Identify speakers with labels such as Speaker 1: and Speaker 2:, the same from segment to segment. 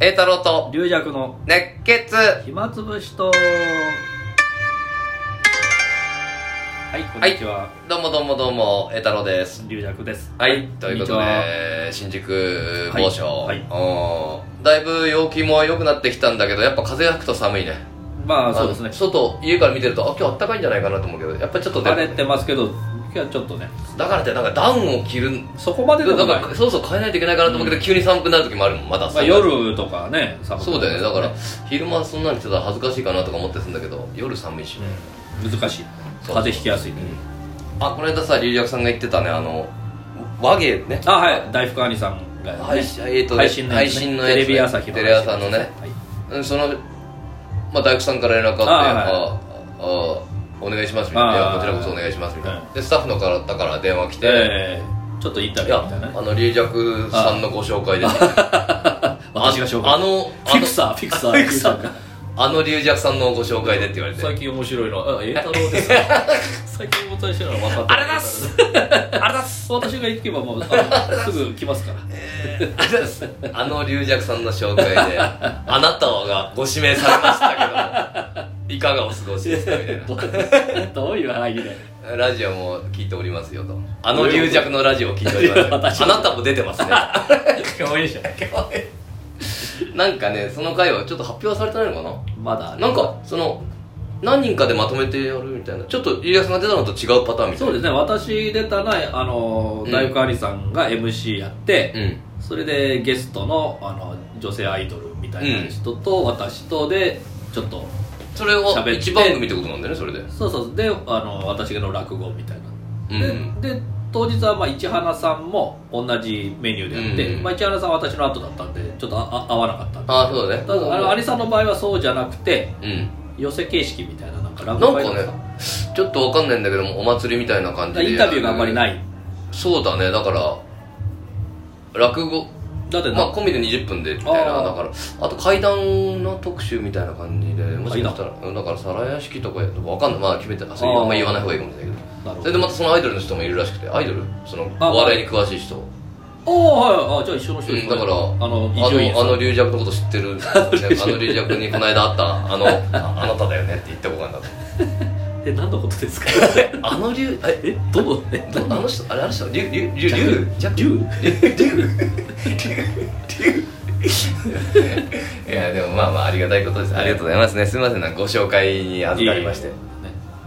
Speaker 1: 栄太郎と
Speaker 2: 龍尺の
Speaker 1: 熱血
Speaker 2: 暇つぶしとはいこんにちは、
Speaker 1: どうもどうもどうも栄太郎です
Speaker 2: 龍尺です
Speaker 1: はいということ
Speaker 2: こんに
Speaker 1: で新宿某所、
Speaker 2: はい
Speaker 1: うんだいぶ陽気も良くなってきたんだけどやっぱ風が吹くと寒いね
Speaker 2: まあそうです
Speaker 1: あの
Speaker 2: ね
Speaker 1: 外家から見てるとあ今日あったかいんじゃないかなと思うけどやっぱりちょっと出
Speaker 2: 晴
Speaker 1: る
Speaker 2: れてますけど今日はちょっとね
Speaker 1: だからってなんかダウンを着る
Speaker 2: そこまででも
Speaker 1: だ
Speaker 2: ない
Speaker 1: からそうそう変えないといけないかなと思うけど、急に寒くなる時もあるもんまだ
Speaker 2: まあ、夜とかね寒くな
Speaker 1: そう
Speaker 2: る
Speaker 1: だよねだから昼間そんなにちょっと恥ずかしいかなとか思ってすんだけど夜寒いし、
Speaker 2: うん難しい
Speaker 1: そう
Speaker 2: 風邪ひきやすいね、
Speaker 1: あこの間さ龍尺さんが言ってたねあの和芸ね
Speaker 2: あはい大福兄さんが、ね
Speaker 1: 配信えーとね
Speaker 2: 配信のや
Speaker 1: 配
Speaker 2: つね
Speaker 1: 信のやつ
Speaker 2: テ
Speaker 1: ね
Speaker 2: レビ朝日の
Speaker 1: テレ朝のね
Speaker 2: はい
Speaker 1: うんその、まあ、大工さんから連絡あって「あ、あお願いします」みたいな「い
Speaker 2: あー
Speaker 1: やこちらこそお願いします」みたいな、
Speaker 2: うん
Speaker 1: でスタッフの方から電話来て、
Speaker 2: えー、ちょっとインタ
Speaker 1: い
Speaker 2: ビュ
Speaker 1: や
Speaker 2: ーみたいなね
Speaker 1: あの龍尺さんのご紹介ですあ
Speaker 2: 私が紹介
Speaker 1: あの
Speaker 2: フィクサーフィクサー
Speaker 1: フィクサー
Speaker 2: 龍尺
Speaker 1: あの龍尺さんのご紹介でって言われて
Speaker 2: 最近面白いの はあ栄太郎です最近お伝えしてるのは分かって
Speaker 1: あれだっすあれだっす
Speaker 2: 私が行けばもうあ のすぐ来ますから
Speaker 1: あれだっすあの龍尺さんの紹介であなたがご指名されましたけどもいかがお過ごしですかみたいな
Speaker 2: どどういう話で
Speaker 1: ラジオも聞いておりますよとあの龍尺のラジオを聞いており
Speaker 2: いや
Speaker 1: ます
Speaker 2: 私
Speaker 1: あなたも出てますね
Speaker 2: 共演者
Speaker 1: なんかねその回はちょっと発表はされてないのか
Speaker 2: まだあれ
Speaker 1: ななんかその何人かでまとめてやるみたいなちょっと家康さんが出たのと違うパターンみたいな
Speaker 2: そうですね私出たのはあの
Speaker 1: うん
Speaker 2: 大福兄さんが MC やって、
Speaker 1: ね
Speaker 2: それでゲストのあの女性アイドルみたいな人と、私とでちょっと
Speaker 1: うんそれを
Speaker 2: 喋って
Speaker 1: 一番組ってことなんだよねそれで
Speaker 2: そうそうであの私の落語みたいな
Speaker 1: うん
Speaker 2: でで当日はまあ市原さんも同じメニューでやって、
Speaker 1: うん
Speaker 2: まあ、市原さんは私の後だったんでちょっとああ合わなかったんで
Speaker 1: ああそうだね
Speaker 2: ただあの有さんの場合はそうじゃなくて
Speaker 1: うん
Speaker 2: 寄せ形式みたいななんか
Speaker 1: な
Speaker 2: 落
Speaker 1: ん
Speaker 2: 語
Speaker 1: か
Speaker 2: 会
Speaker 1: ねちょっとわかんないんだけどもお祭りみたいな感じで
Speaker 2: インタビューがあんまりないい
Speaker 1: そうだねだから落語
Speaker 2: だってな
Speaker 1: まあ、込みで20分でみたいな
Speaker 2: あー
Speaker 1: だからあと階段の特集みたいな感じでもしかしたらうんだから皿屋敷とかやとわかんないまあ決めてあそれ
Speaker 2: あー
Speaker 1: あんま言わない方がいいかもしれないけ
Speaker 2: な
Speaker 1: ど
Speaker 2: るほど
Speaker 1: それでまたそのアイドルの人もいるらしくてアイドルその
Speaker 2: あ
Speaker 1: お笑いに詳しい人
Speaker 2: ああはいあじゃあ一緒の人です
Speaker 1: うん
Speaker 2: ね
Speaker 1: だから
Speaker 2: あの伊
Speaker 1: あ
Speaker 2: 集院
Speaker 1: の
Speaker 2: さ
Speaker 1: あ
Speaker 2: ん
Speaker 1: の龍尺のこと知ってる、 ね、あの龍尺にこの間あったあの ああなただよねって言っておこうかなと
Speaker 2: え何のことですか
Speaker 1: あの龍え
Speaker 2: えどの え
Speaker 1: どあの人あれあの人龍龍龍龍
Speaker 2: ゃ
Speaker 1: 尺
Speaker 2: 龍
Speaker 1: いやでもまあまあありがたいことですありがとうございますねすいませんなんかご紹介に預かりまして
Speaker 2: い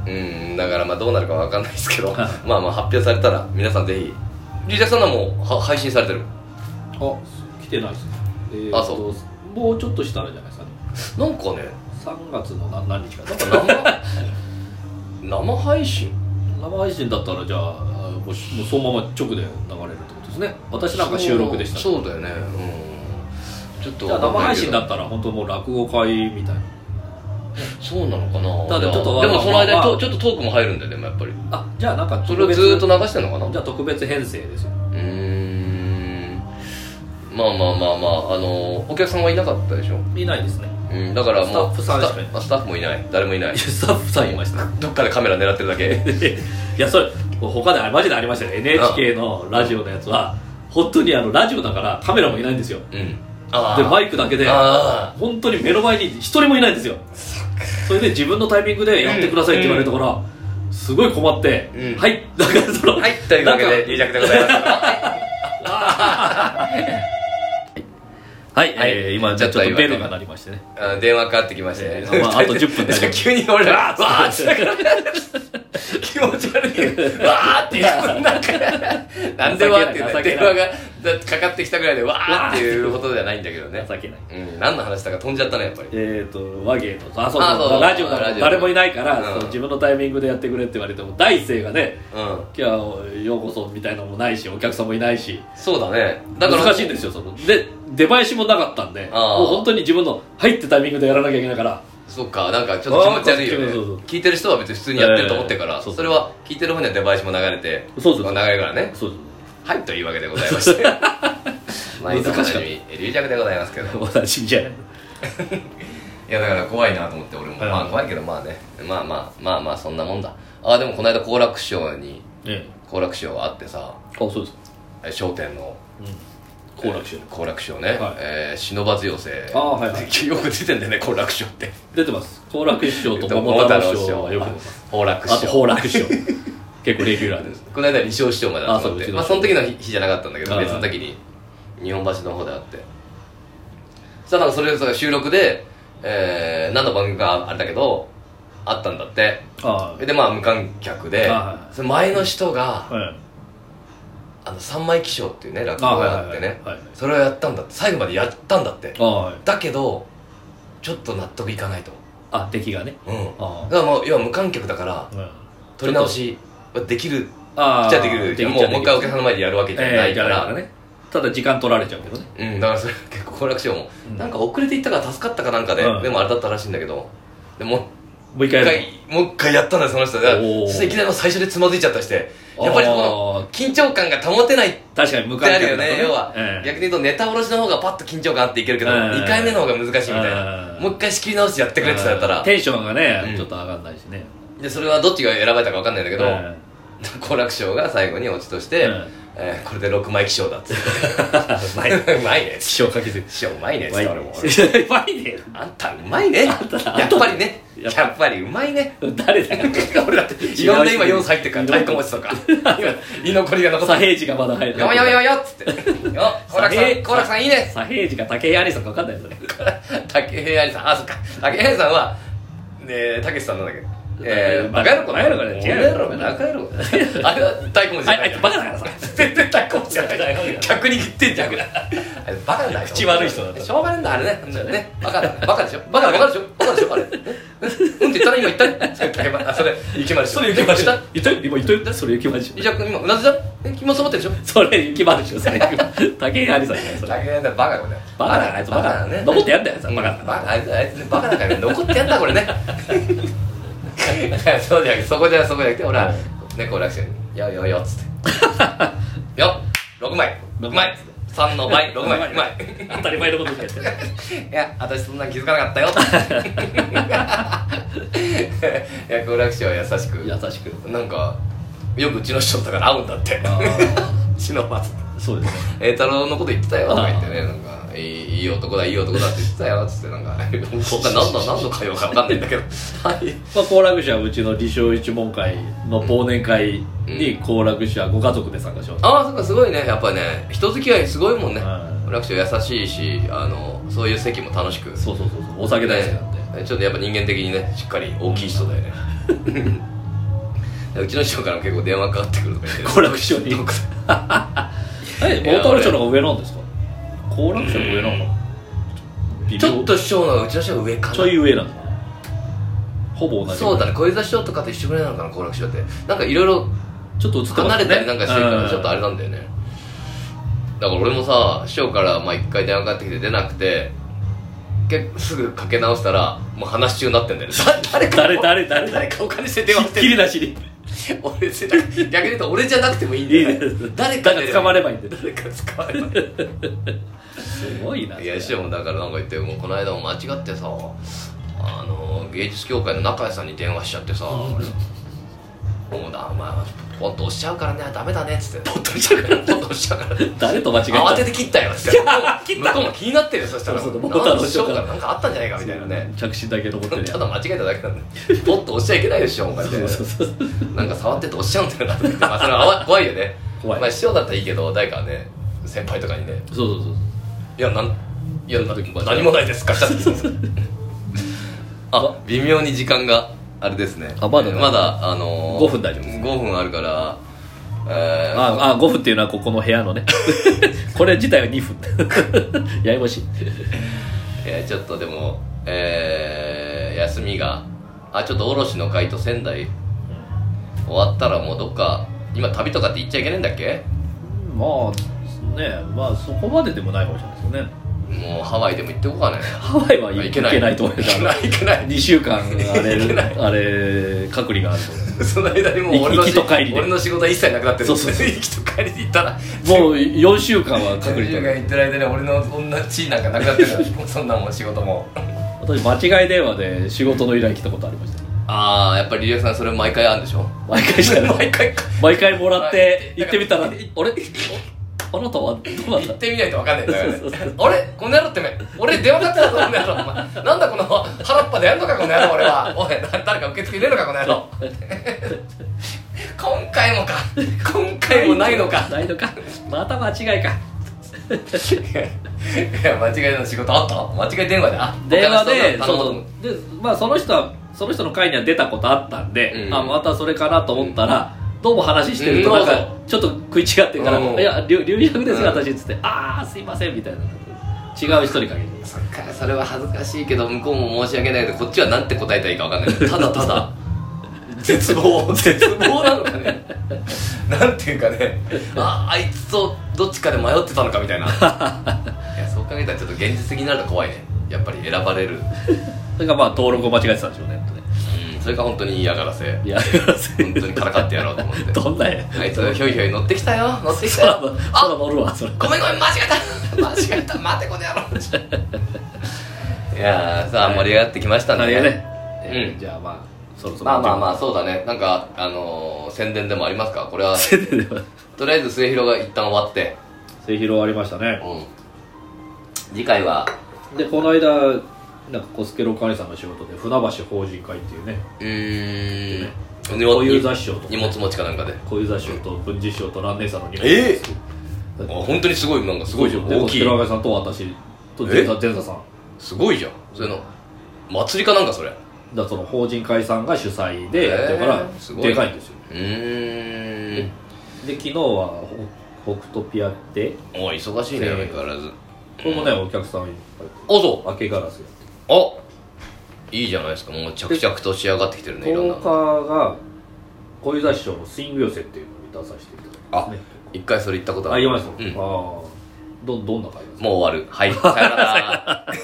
Speaker 2: えいえね
Speaker 1: うんだからまあどうなるかわかんないです けどまあまあ発表されたら皆さんぜひリーダーさんのもは配信されてる
Speaker 2: あ来てないですねえーっと
Speaker 1: あそ
Speaker 2: もうちょっとしたらじゃないですかね
Speaker 1: なんかね
Speaker 2: 3月の何何日かなんか
Speaker 1: なんか 生生配信
Speaker 2: 生配信だったらじゃああもうもうそのまま直で流れるってことですね私なんか収録でしたね
Speaker 1: そうそうだよねうんちょっと
Speaker 2: じゃあ生配信だ
Speaker 1: っ
Speaker 2: ったら本当もう落語会みたいな
Speaker 1: そうなのかな
Speaker 2: ただちょっと
Speaker 1: でもでもその間に
Speaker 2: まあま
Speaker 1: と
Speaker 2: あ
Speaker 1: ちょっとトークも入るんだよねでもやっぱり
Speaker 2: あじゃあなんか
Speaker 1: それをずーっと流してんのかな
Speaker 2: じゃあ特別編成ですよ
Speaker 1: うーんまあまあまあまああのお客さんはいなかったでしょ、
Speaker 2: いないですね
Speaker 1: うん、だからもう
Speaker 2: スタッフさんしかいない
Speaker 1: スタスタッフもいない誰もいない
Speaker 2: いやスタッフさんいました
Speaker 1: どっかでカメラ狙ってるだけ
Speaker 2: いやそれ他であれマジでありましたね NHK のラジオのやつは本当にあのラジオだからカメラもいないんですよ
Speaker 1: うんあ
Speaker 2: でマ
Speaker 1: イ
Speaker 2: イクだけで
Speaker 1: あ
Speaker 2: 本当に目の前に一人もいないんですよそれで自分のタイミングでやってくださいって言われたから、すごい困って、
Speaker 1: うん
Speaker 2: はいだからその
Speaker 1: はいというわけ
Speaker 2: なん
Speaker 1: で
Speaker 2: か
Speaker 1: 龍尺でございます
Speaker 2: はい、
Speaker 1: はい
Speaker 2: えー今じゃあちょっとベルが鳴りましてね
Speaker 1: あ電話かかってきまして、
Speaker 2: えーまああと10分だ け
Speaker 1: 急に俺らわーって気持ち悪いわーって言う なんかなんでわーって言う
Speaker 2: 情
Speaker 1: の
Speaker 2: け
Speaker 1: 電
Speaker 2: ない
Speaker 1: 話がかかってきたぐらいでわーっていうことじゃないんだけどね
Speaker 2: 情けない
Speaker 1: うん何の話だか飛んじゃったねやっぱり
Speaker 2: えー、と和芸とあそう
Speaker 1: あそう
Speaker 2: そ
Speaker 1: そう
Speaker 2: うラジオ
Speaker 1: ラ
Speaker 2: だから
Speaker 1: ジオ
Speaker 2: 誰もいないから、
Speaker 1: うん
Speaker 2: そう自分のタイミングでやってくれって言われても大勢がね
Speaker 1: うん
Speaker 2: 今日ようこそみたいなのもないしお客さんもいないし
Speaker 1: そうだねだから
Speaker 2: 難しいんですよそので出囃子もなかったんで
Speaker 1: あー
Speaker 2: もう本当に自分の入ってタイミングでやらなきゃいけないから
Speaker 1: そっかなんかちょっと気持ち悪いよね
Speaker 2: あーそうそうそう
Speaker 1: 聞いてる人は別に普通にやってると思ってから、
Speaker 2: えーそうそう
Speaker 1: それは聞いてる方にはデバイスも流れて
Speaker 2: そうそうそう
Speaker 1: 流れるからね
Speaker 2: そう
Speaker 1: はいというわけでございま して毎度おな
Speaker 2: 難し
Speaker 1: じ
Speaker 2: かっ
Speaker 1: み龍尺でございます けど
Speaker 2: そう同じじゃない
Speaker 1: いやだから怖いなと思って俺も、
Speaker 2: はい
Speaker 1: まあ怖いけどまあねまあまあまあまあそんなもんだああでもこの間好楽師匠に
Speaker 2: ええ
Speaker 1: 好楽師匠があってさ
Speaker 2: あそうです
Speaker 1: え『笑点』の
Speaker 2: う好楽師匠
Speaker 1: 好楽師匠ね、
Speaker 2: はい
Speaker 1: えー忍ばず妖精
Speaker 2: あーはいはい
Speaker 1: でよく出てんだよね好楽師匠って
Speaker 2: 出てます好楽師匠と桃太郎師匠はよく出ます
Speaker 1: 好楽
Speaker 2: あ
Speaker 1: 師
Speaker 2: と
Speaker 1: 匠
Speaker 2: 好楽師匠結構レギュラーです
Speaker 1: この間李承師匠まで集まっ
Speaker 2: あそうう
Speaker 1: て
Speaker 2: ちの
Speaker 1: まあ、その時の日じゃなかったんだけど
Speaker 2: はい
Speaker 1: 別の時に日本橋の方であってそしたらなんかそれが収録で、えー何の番組かあれだけどあったんだって
Speaker 2: あ
Speaker 1: でまあ無観客で
Speaker 2: あはいはい
Speaker 1: その前の人が
Speaker 2: あはい
Speaker 1: あの三枚起床っていうね落語があってね
Speaker 2: あはいはいはい
Speaker 1: それをやったんだって最後までやったんだって
Speaker 2: あはい
Speaker 1: だけどちょっと納得いかないと
Speaker 2: あ敵がね
Speaker 1: うん
Speaker 2: あ
Speaker 1: だからもう要は無観客だから
Speaker 2: うん
Speaker 1: 撮り直しはできる
Speaker 2: あ
Speaker 1: っちゃできるもうもう一回お客
Speaker 2: さ
Speaker 1: さんの前でやるわけじゃないか
Speaker 2: かららねただ時間取られちゃうけどね
Speaker 1: うんだからそれ 結構好楽師匠も
Speaker 2: うん
Speaker 1: なんか遅れていったから助かったかなんかで
Speaker 2: うん
Speaker 1: でもあれだったらしいんだけどでもう
Speaker 2: もう一
Speaker 1: 一
Speaker 2: 回や
Speaker 1: 回
Speaker 2: る
Speaker 1: もう一回やったんだよその人だから
Speaker 2: おー
Speaker 1: そしていきなりもう最初でつまずいちゃったりしてやっぱりこ
Speaker 2: あ
Speaker 1: の
Speaker 2: ー
Speaker 1: 緊張感が保てない
Speaker 2: 確かに無
Speaker 1: って
Speaker 2: 観
Speaker 1: あ
Speaker 2: 客
Speaker 1: るよね要は、逆
Speaker 2: に
Speaker 1: に言うとネタ下ろしの方がパッと緊張感あっていけるけど、
Speaker 2: ええ
Speaker 1: 2回目の方が難しいみたいな、
Speaker 2: ええ
Speaker 1: もう一回仕切り直してやってくれって言ったら、
Speaker 2: テンションが
Speaker 1: う
Speaker 2: ね
Speaker 1: ん
Speaker 2: ちょっと上がんないしね
Speaker 1: でそれはどっちが選ばれたか分かんないんだけど
Speaker 2: え
Speaker 1: 好、楽師匠が最後にオチとして、
Speaker 2: え
Speaker 1: えーこれで6枚起床だっつって うまいねうまいね
Speaker 2: え師匠かけて
Speaker 1: 師匠うまいねっつって俺も
Speaker 2: うまいね
Speaker 1: あんたうまいねやっぱりね
Speaker 2: やっぱ
Speaker 1: やっぱりうまいね
Speaker 2: 誰だよ
Speaker 1: 俺だっていろんな今要素入ってるから太鼓持ちとか居残りが残って
Speaker 2: 左平次がまだ入
Speaker 1: る
Speaker 2: る
Speaker 1: よよよよっつってよ好楽さん好楽さんいいね
Speaker 2: 左平次か武井有さんか分かんないよね
Speaker 1: 竹平兄さんあそっか竹平兄さんはねえたけしさんなんだけどえー、バカ野郎か
Speaker 2: バカ野郎かね
Speaker 1: 違うやろバカ野郎かあれは太鼓持ちじ
Speaker 2: あ
Speaker 1: ゃないい
Speaker 2: つバカだからさ
Speaker 1: 全然太鼓持ちじゃない 逆に言ってんじゃんあれバカなんだよ
Speaker 2: 口悪い人だった
Speaker 1: しょうがないんだあれねねバカだねバカでしょバカだバカでしょバカでしょあれねうんって言ったら今言ったねそれ竹馬あそれ行きましょう
Speaker 2: 言った言った今言ったよそれ雪まじ
Speaker 1: 伊沢君今うなずいたえ気持ち持ってるでしょ
Speaker 2: それ雪まじそれ武井有さんじゃないそれ
Speaker 1: 竹平兄さんバカだね
Speaker 2: バカだからあいつバカだね登ってやんだよあいつはバカだから
Speaker 1: バカあいつあいつねバカだから残ってやんだこれね そうじゃなくてそこじゃそこじゃなくて俺はね好楽師匠に「よよよ」っつって「 よ6枚6枚3の倍6枚うまい
Speaker 2: 当たり前のこと言ってやってる
Speaker 1: いや私そんなん気づかなか ったよ」いや好楽師匠は優しく
Speaker 2: 優しく
Speaker 1: なんかよくうちの師匠だから会うんだって
Speaker 2: あ
Speaker 1: 忍ばず
Speaker 2: そうですね
Speaker 1: 栄太郎のこと言ってたよとか言ってねなんかいいいい男だいい男だって言ってたよっつってなんか 他何だ何の会話か分かんないんだけ どはい
Speaker 2: まあ好楽師はうちの理想一問会の忘年会に好楽師はご家族で参加しました
Speaker 1: ああそっかすごいねやっぱね人付き合いすごいもんね
Speaker 2: はい
Speaker 1: 楽勝優しいしあのそういう席も楽しく
Speaker 2: そうそうそうそうお酒大好きなんで
Speaker 1: ねちょっとやっぱ人間的にねしっかり大きい人だよね うちの師匠からも結構電話かかってくるとか言って
Speaker 2: 好楽師匠に
Speaker 1: どこ
Speaker 2: えモーターロの方が上なんですか好楽師の方が上なのかな微妙
Speaker 1: ちょっと師匠の方がうちの師匠が上かな
Speaker 2: ちょい上なのほぼ同じ
Speaker 1: そうだね小遊三師匠とかと一緒ぐらいなのかな好楽師匠ってなんかいろいろ
Speaker 2: ちょっと映ってますね
Speaker 1: 離れたりなんかしてるか
Speaker 2: う
Speaker 1: らちょっとあれなんだよねだから俺もさ師匠からまあ一回電話かかってきて出なくて結構すぐかけ直したらもう話し中になってんだよね誰か
Speaker 2: 誰誰誰
Speaker 1: 誰
Speaker 2: 誰
Speaker 1: かお金して電話し
Speaker 2: ひってき
Speaker 1: る
Speaker 2: りなしに
Speaker 1: 俺別にだから逆に言うと俺じゃなくてもいいんだよね、
Speaker 2: いいね
Speaker 1: 誰かで
Speaker 2: 誰か捕まればいいんだよ
Speaker 1: 誰か捕まればいい
Speaker 2: すごいない
Speaker 1: いや師匠もだからなんか言ってもうこの間も間違ってさあの芸術協会の中谷さんに電話しちゃってさもうだお前ポッと押しちゃうからねダメだねっつってポッと押しちゃうからポッと押しちゃうから
Speaker 2: 誰と間違えた
Speaker 1: 慌てて切ったよっつって向こうも気になってるよそしたら
Speaker 2: そうそう
Speaker 1: なん
Speaker 2: ボタン
Speaker 1: で
Speaker 2: 押し
Speaker 1: 師
Speaker 2: ちゃ
Speaker 1: 匠
Speaker 2: うか
Speaker 1: かららなんかあったんじゃないかみたいなね
Speaker 2: 着信だけ残ってるや
Speaker 1: た
Speaker 2: ん
Speaker 1: だ間違えただけなんでポッと押しちゃいけないでしょお前
Speaker 2: そうそうそう
Speaker 1: なんか触ってて押しちゃうんだよなと思ってまあそれは怖いよね
Speaker 2: 怖い
Speaker 1: まあ師匠だったらいいけど誰かね先輩とかにね
Speaker 2: そうそうそう
Speaker 1: いや、なん、いや、な何もないです か。あ、微妙に時間があれですね。
Speaker 2: あまだ
Speaker 1: えーまだ、あのー。
Speaker 2: 5分大丈夫です
Speaker 1: 5分あるから。えー
Speaker 2: ああ5分っていうのはここの部屋のね これ自体は2分 ややこしい
Speaker 1: えーちょっとでも、えー休みが。あ、ちょっと卸の会と仙台。終わったら、もうどっか。今旅とかって言っちゃいけないんだっけ。
Speaker 2: まあねまあそこまででもないかもしれないですよね
Speaker 1: もうハワイでも行ってこう かね。
Speaker 2: ハワイは行
Speaker 1: 行
Speaker 2: け
Speaker 1: け
Speaker 2: な
Speaker 1: ないい
Speaker 2: と思います
Speaker 1: 行けない行けない
Speaker 2: 2週間あ
Speaker 1: 行け
Speaker 2: れ
Speaker 1: ない
Speaker 2: あれ隔離がある と
Speaker 1: その間にもう俺の
Speaker 2: 行き
Speaker 1: し
Speaker 2: と帰りで
Speaker 1: 俺の仕事は一切なくなってる
Speaker 2: そうそうそう
Speaker 1: 行きと帰りで行ったら
Speaker 2: 思うもう4週間は
Speaker 1: 隔
Speaker 2: 隔
Speaker 1: 離
Speaker 2: 離
Speaker 1: 中
Speaker 2: だ
Speaker 1: が行ってる間に俺の女地位なんかなくなって るからそんなもん仕事も
Speaker 2: 私間違い電話で仕事の依頼来たことありました
Speaker 1: ああやっぱりリリアさんそれ毎回あるんでしょ
Speaker 2: 毎回じゃない
Speaker 1: 毎回
Speaker 2: 毎回もらって行ってみたらあれあなたはどうな ん
Speaker 1: 行
Speaker 2: だ
Speaker 1: ってみないと分かんないんだよね
Speaker 2: そうそうそ
Speaker 1: あれこの野郎ってめ俺電話かかってたぞこの野郎お前なんだこの腹っぱでやるのかこの野郎俺はおいな誰か受付入れるのかこの野郎今回もか今回もないの か
Speaker 2: ないのかまた間違いか
Speaker 1: いや間違いの仕事あった間違い電話であ
Speaker 2: 電話で
Speaker 1: 他の人
Speaker 2: そ
Speaker 1: 頼
Speaker 2: の
Speaker 1: む
Speaker 2: で、まあ、その人はその人の会には出たことあったんで、
Speaker 1: うん
Speaker 2: あまたそれかなと思ったら、どうも話してると
Speaker 1: うん
Speaker 2: なんかちょっと食い違ってるから「
Speaker 1: うん
Speaker 2: いや留留学です
Speaker 1: うん
Speaker 2: 私」っつって「ああすいません」みたいな違う人にかけて
Speaker 1: そっかそれは恥ずかしいけど向こうも申し訳ないけどこっちはなんて答えたらいいか分かんないただただ絶 望絶望なのかねなんていうかねああいつとどっちかで迷ってたのかみたいないやそう考えたらちょっと現実的になると怖いねやっぱり選ばれる、
Speaker 2: それがまあ登録を間違えてたんでしょうね本当ね
Speaker 1: うん、それが本当に嫌がらせ
Speaker 2: いや
Speaker 1: 本当にからかってやろうと思って
Speaker 2: どんなや
Speaker 1: あいつひょいひょい乗ってきたよ乗ってき
Speaker 2: そ
Speaker 1: た
Speaker 2: ら
Speaker 1: よ
Speaker 2: そら乗るわそれ
Speaker 1: ごめんごめん間違えた間違えた待てこの野郎 いやーさあ盛り上がってきましたんで
Speaker 2: 何がね、
Speaker 1: うん
Speaker 2: じゃあまあそろそろ
Speaker 1: まあまあ まあそうだねなんかあのー宣伝でもありますかこれは
Speaker 2: せででは
Speaker 1: とりあえず末広が一旦終わって、
Speaker 2: 末広がりましたね
Speaker 1: うん、次回は
Speaker 2: でこの間なんかコスケロカリさんの仕事で船橋法人会っていうね
Speaker 1: うーん
Speaker 2: 固有雑誌をと
Speaker 1: 荷物持ちかなんかで
Speaker 2: 小遊三賞と文治賞と蘭姉さんの2
Speaker 1: えあ本当にすごいなんかす
Speaker 2: す
Speaker 1: ご
Speaker 2: ご
Speaker 1: い
Speaker 2: い
Speaker 1: じ
Speaker 2: で
Speaker 1: ゃ
Speaker 2: しょ
Speaker 1: ん
Speaker 2: 大
Speaker 1: 大
Speaker 2: き
Speaker 1: き
Speaker 2: い
Speaker 1: い
Speaker 2: 寺川さんと私と前座前座さん
Speaker 1: すごいじゃんそれの祭りかなんかそれう
Speaker 2: だからその法人会さんが主催でやってるか
Speaker 1: え
Speaker 2: ら
Speaker 1: ーすごい
Speaker 2: でかいんですよ
Speaker 1: ーん
Speaker 2: で昨日はほ北斗ピアって
Speaker 1: おう忙しいね
Speaker 2: せーの
Speaker 1: 相変わらずあ
Speaker 2: これもねお客さんいっぱい
Speaker 1: そう
Speaker 2: 明けガラスや
Speaker 1: あいいじゃないですかもう着々と仕上がってきてるねいろんな
Speaker 2: 10日
Speaker 1: の
Speaker 2: が小遊三師匠のスイング寄せっていうのに出させていただい
Speaker 1: あ
Speaker 2: てね
Speaker 1: 一回それ行ったことあ
Speaker 2: あ言い
Speaker 1: る
Speaker 2: ました、
Speaker 1: うん
Speaker 2: ああどどんな会ですか
Speaker 1: もう終わるはいさよなら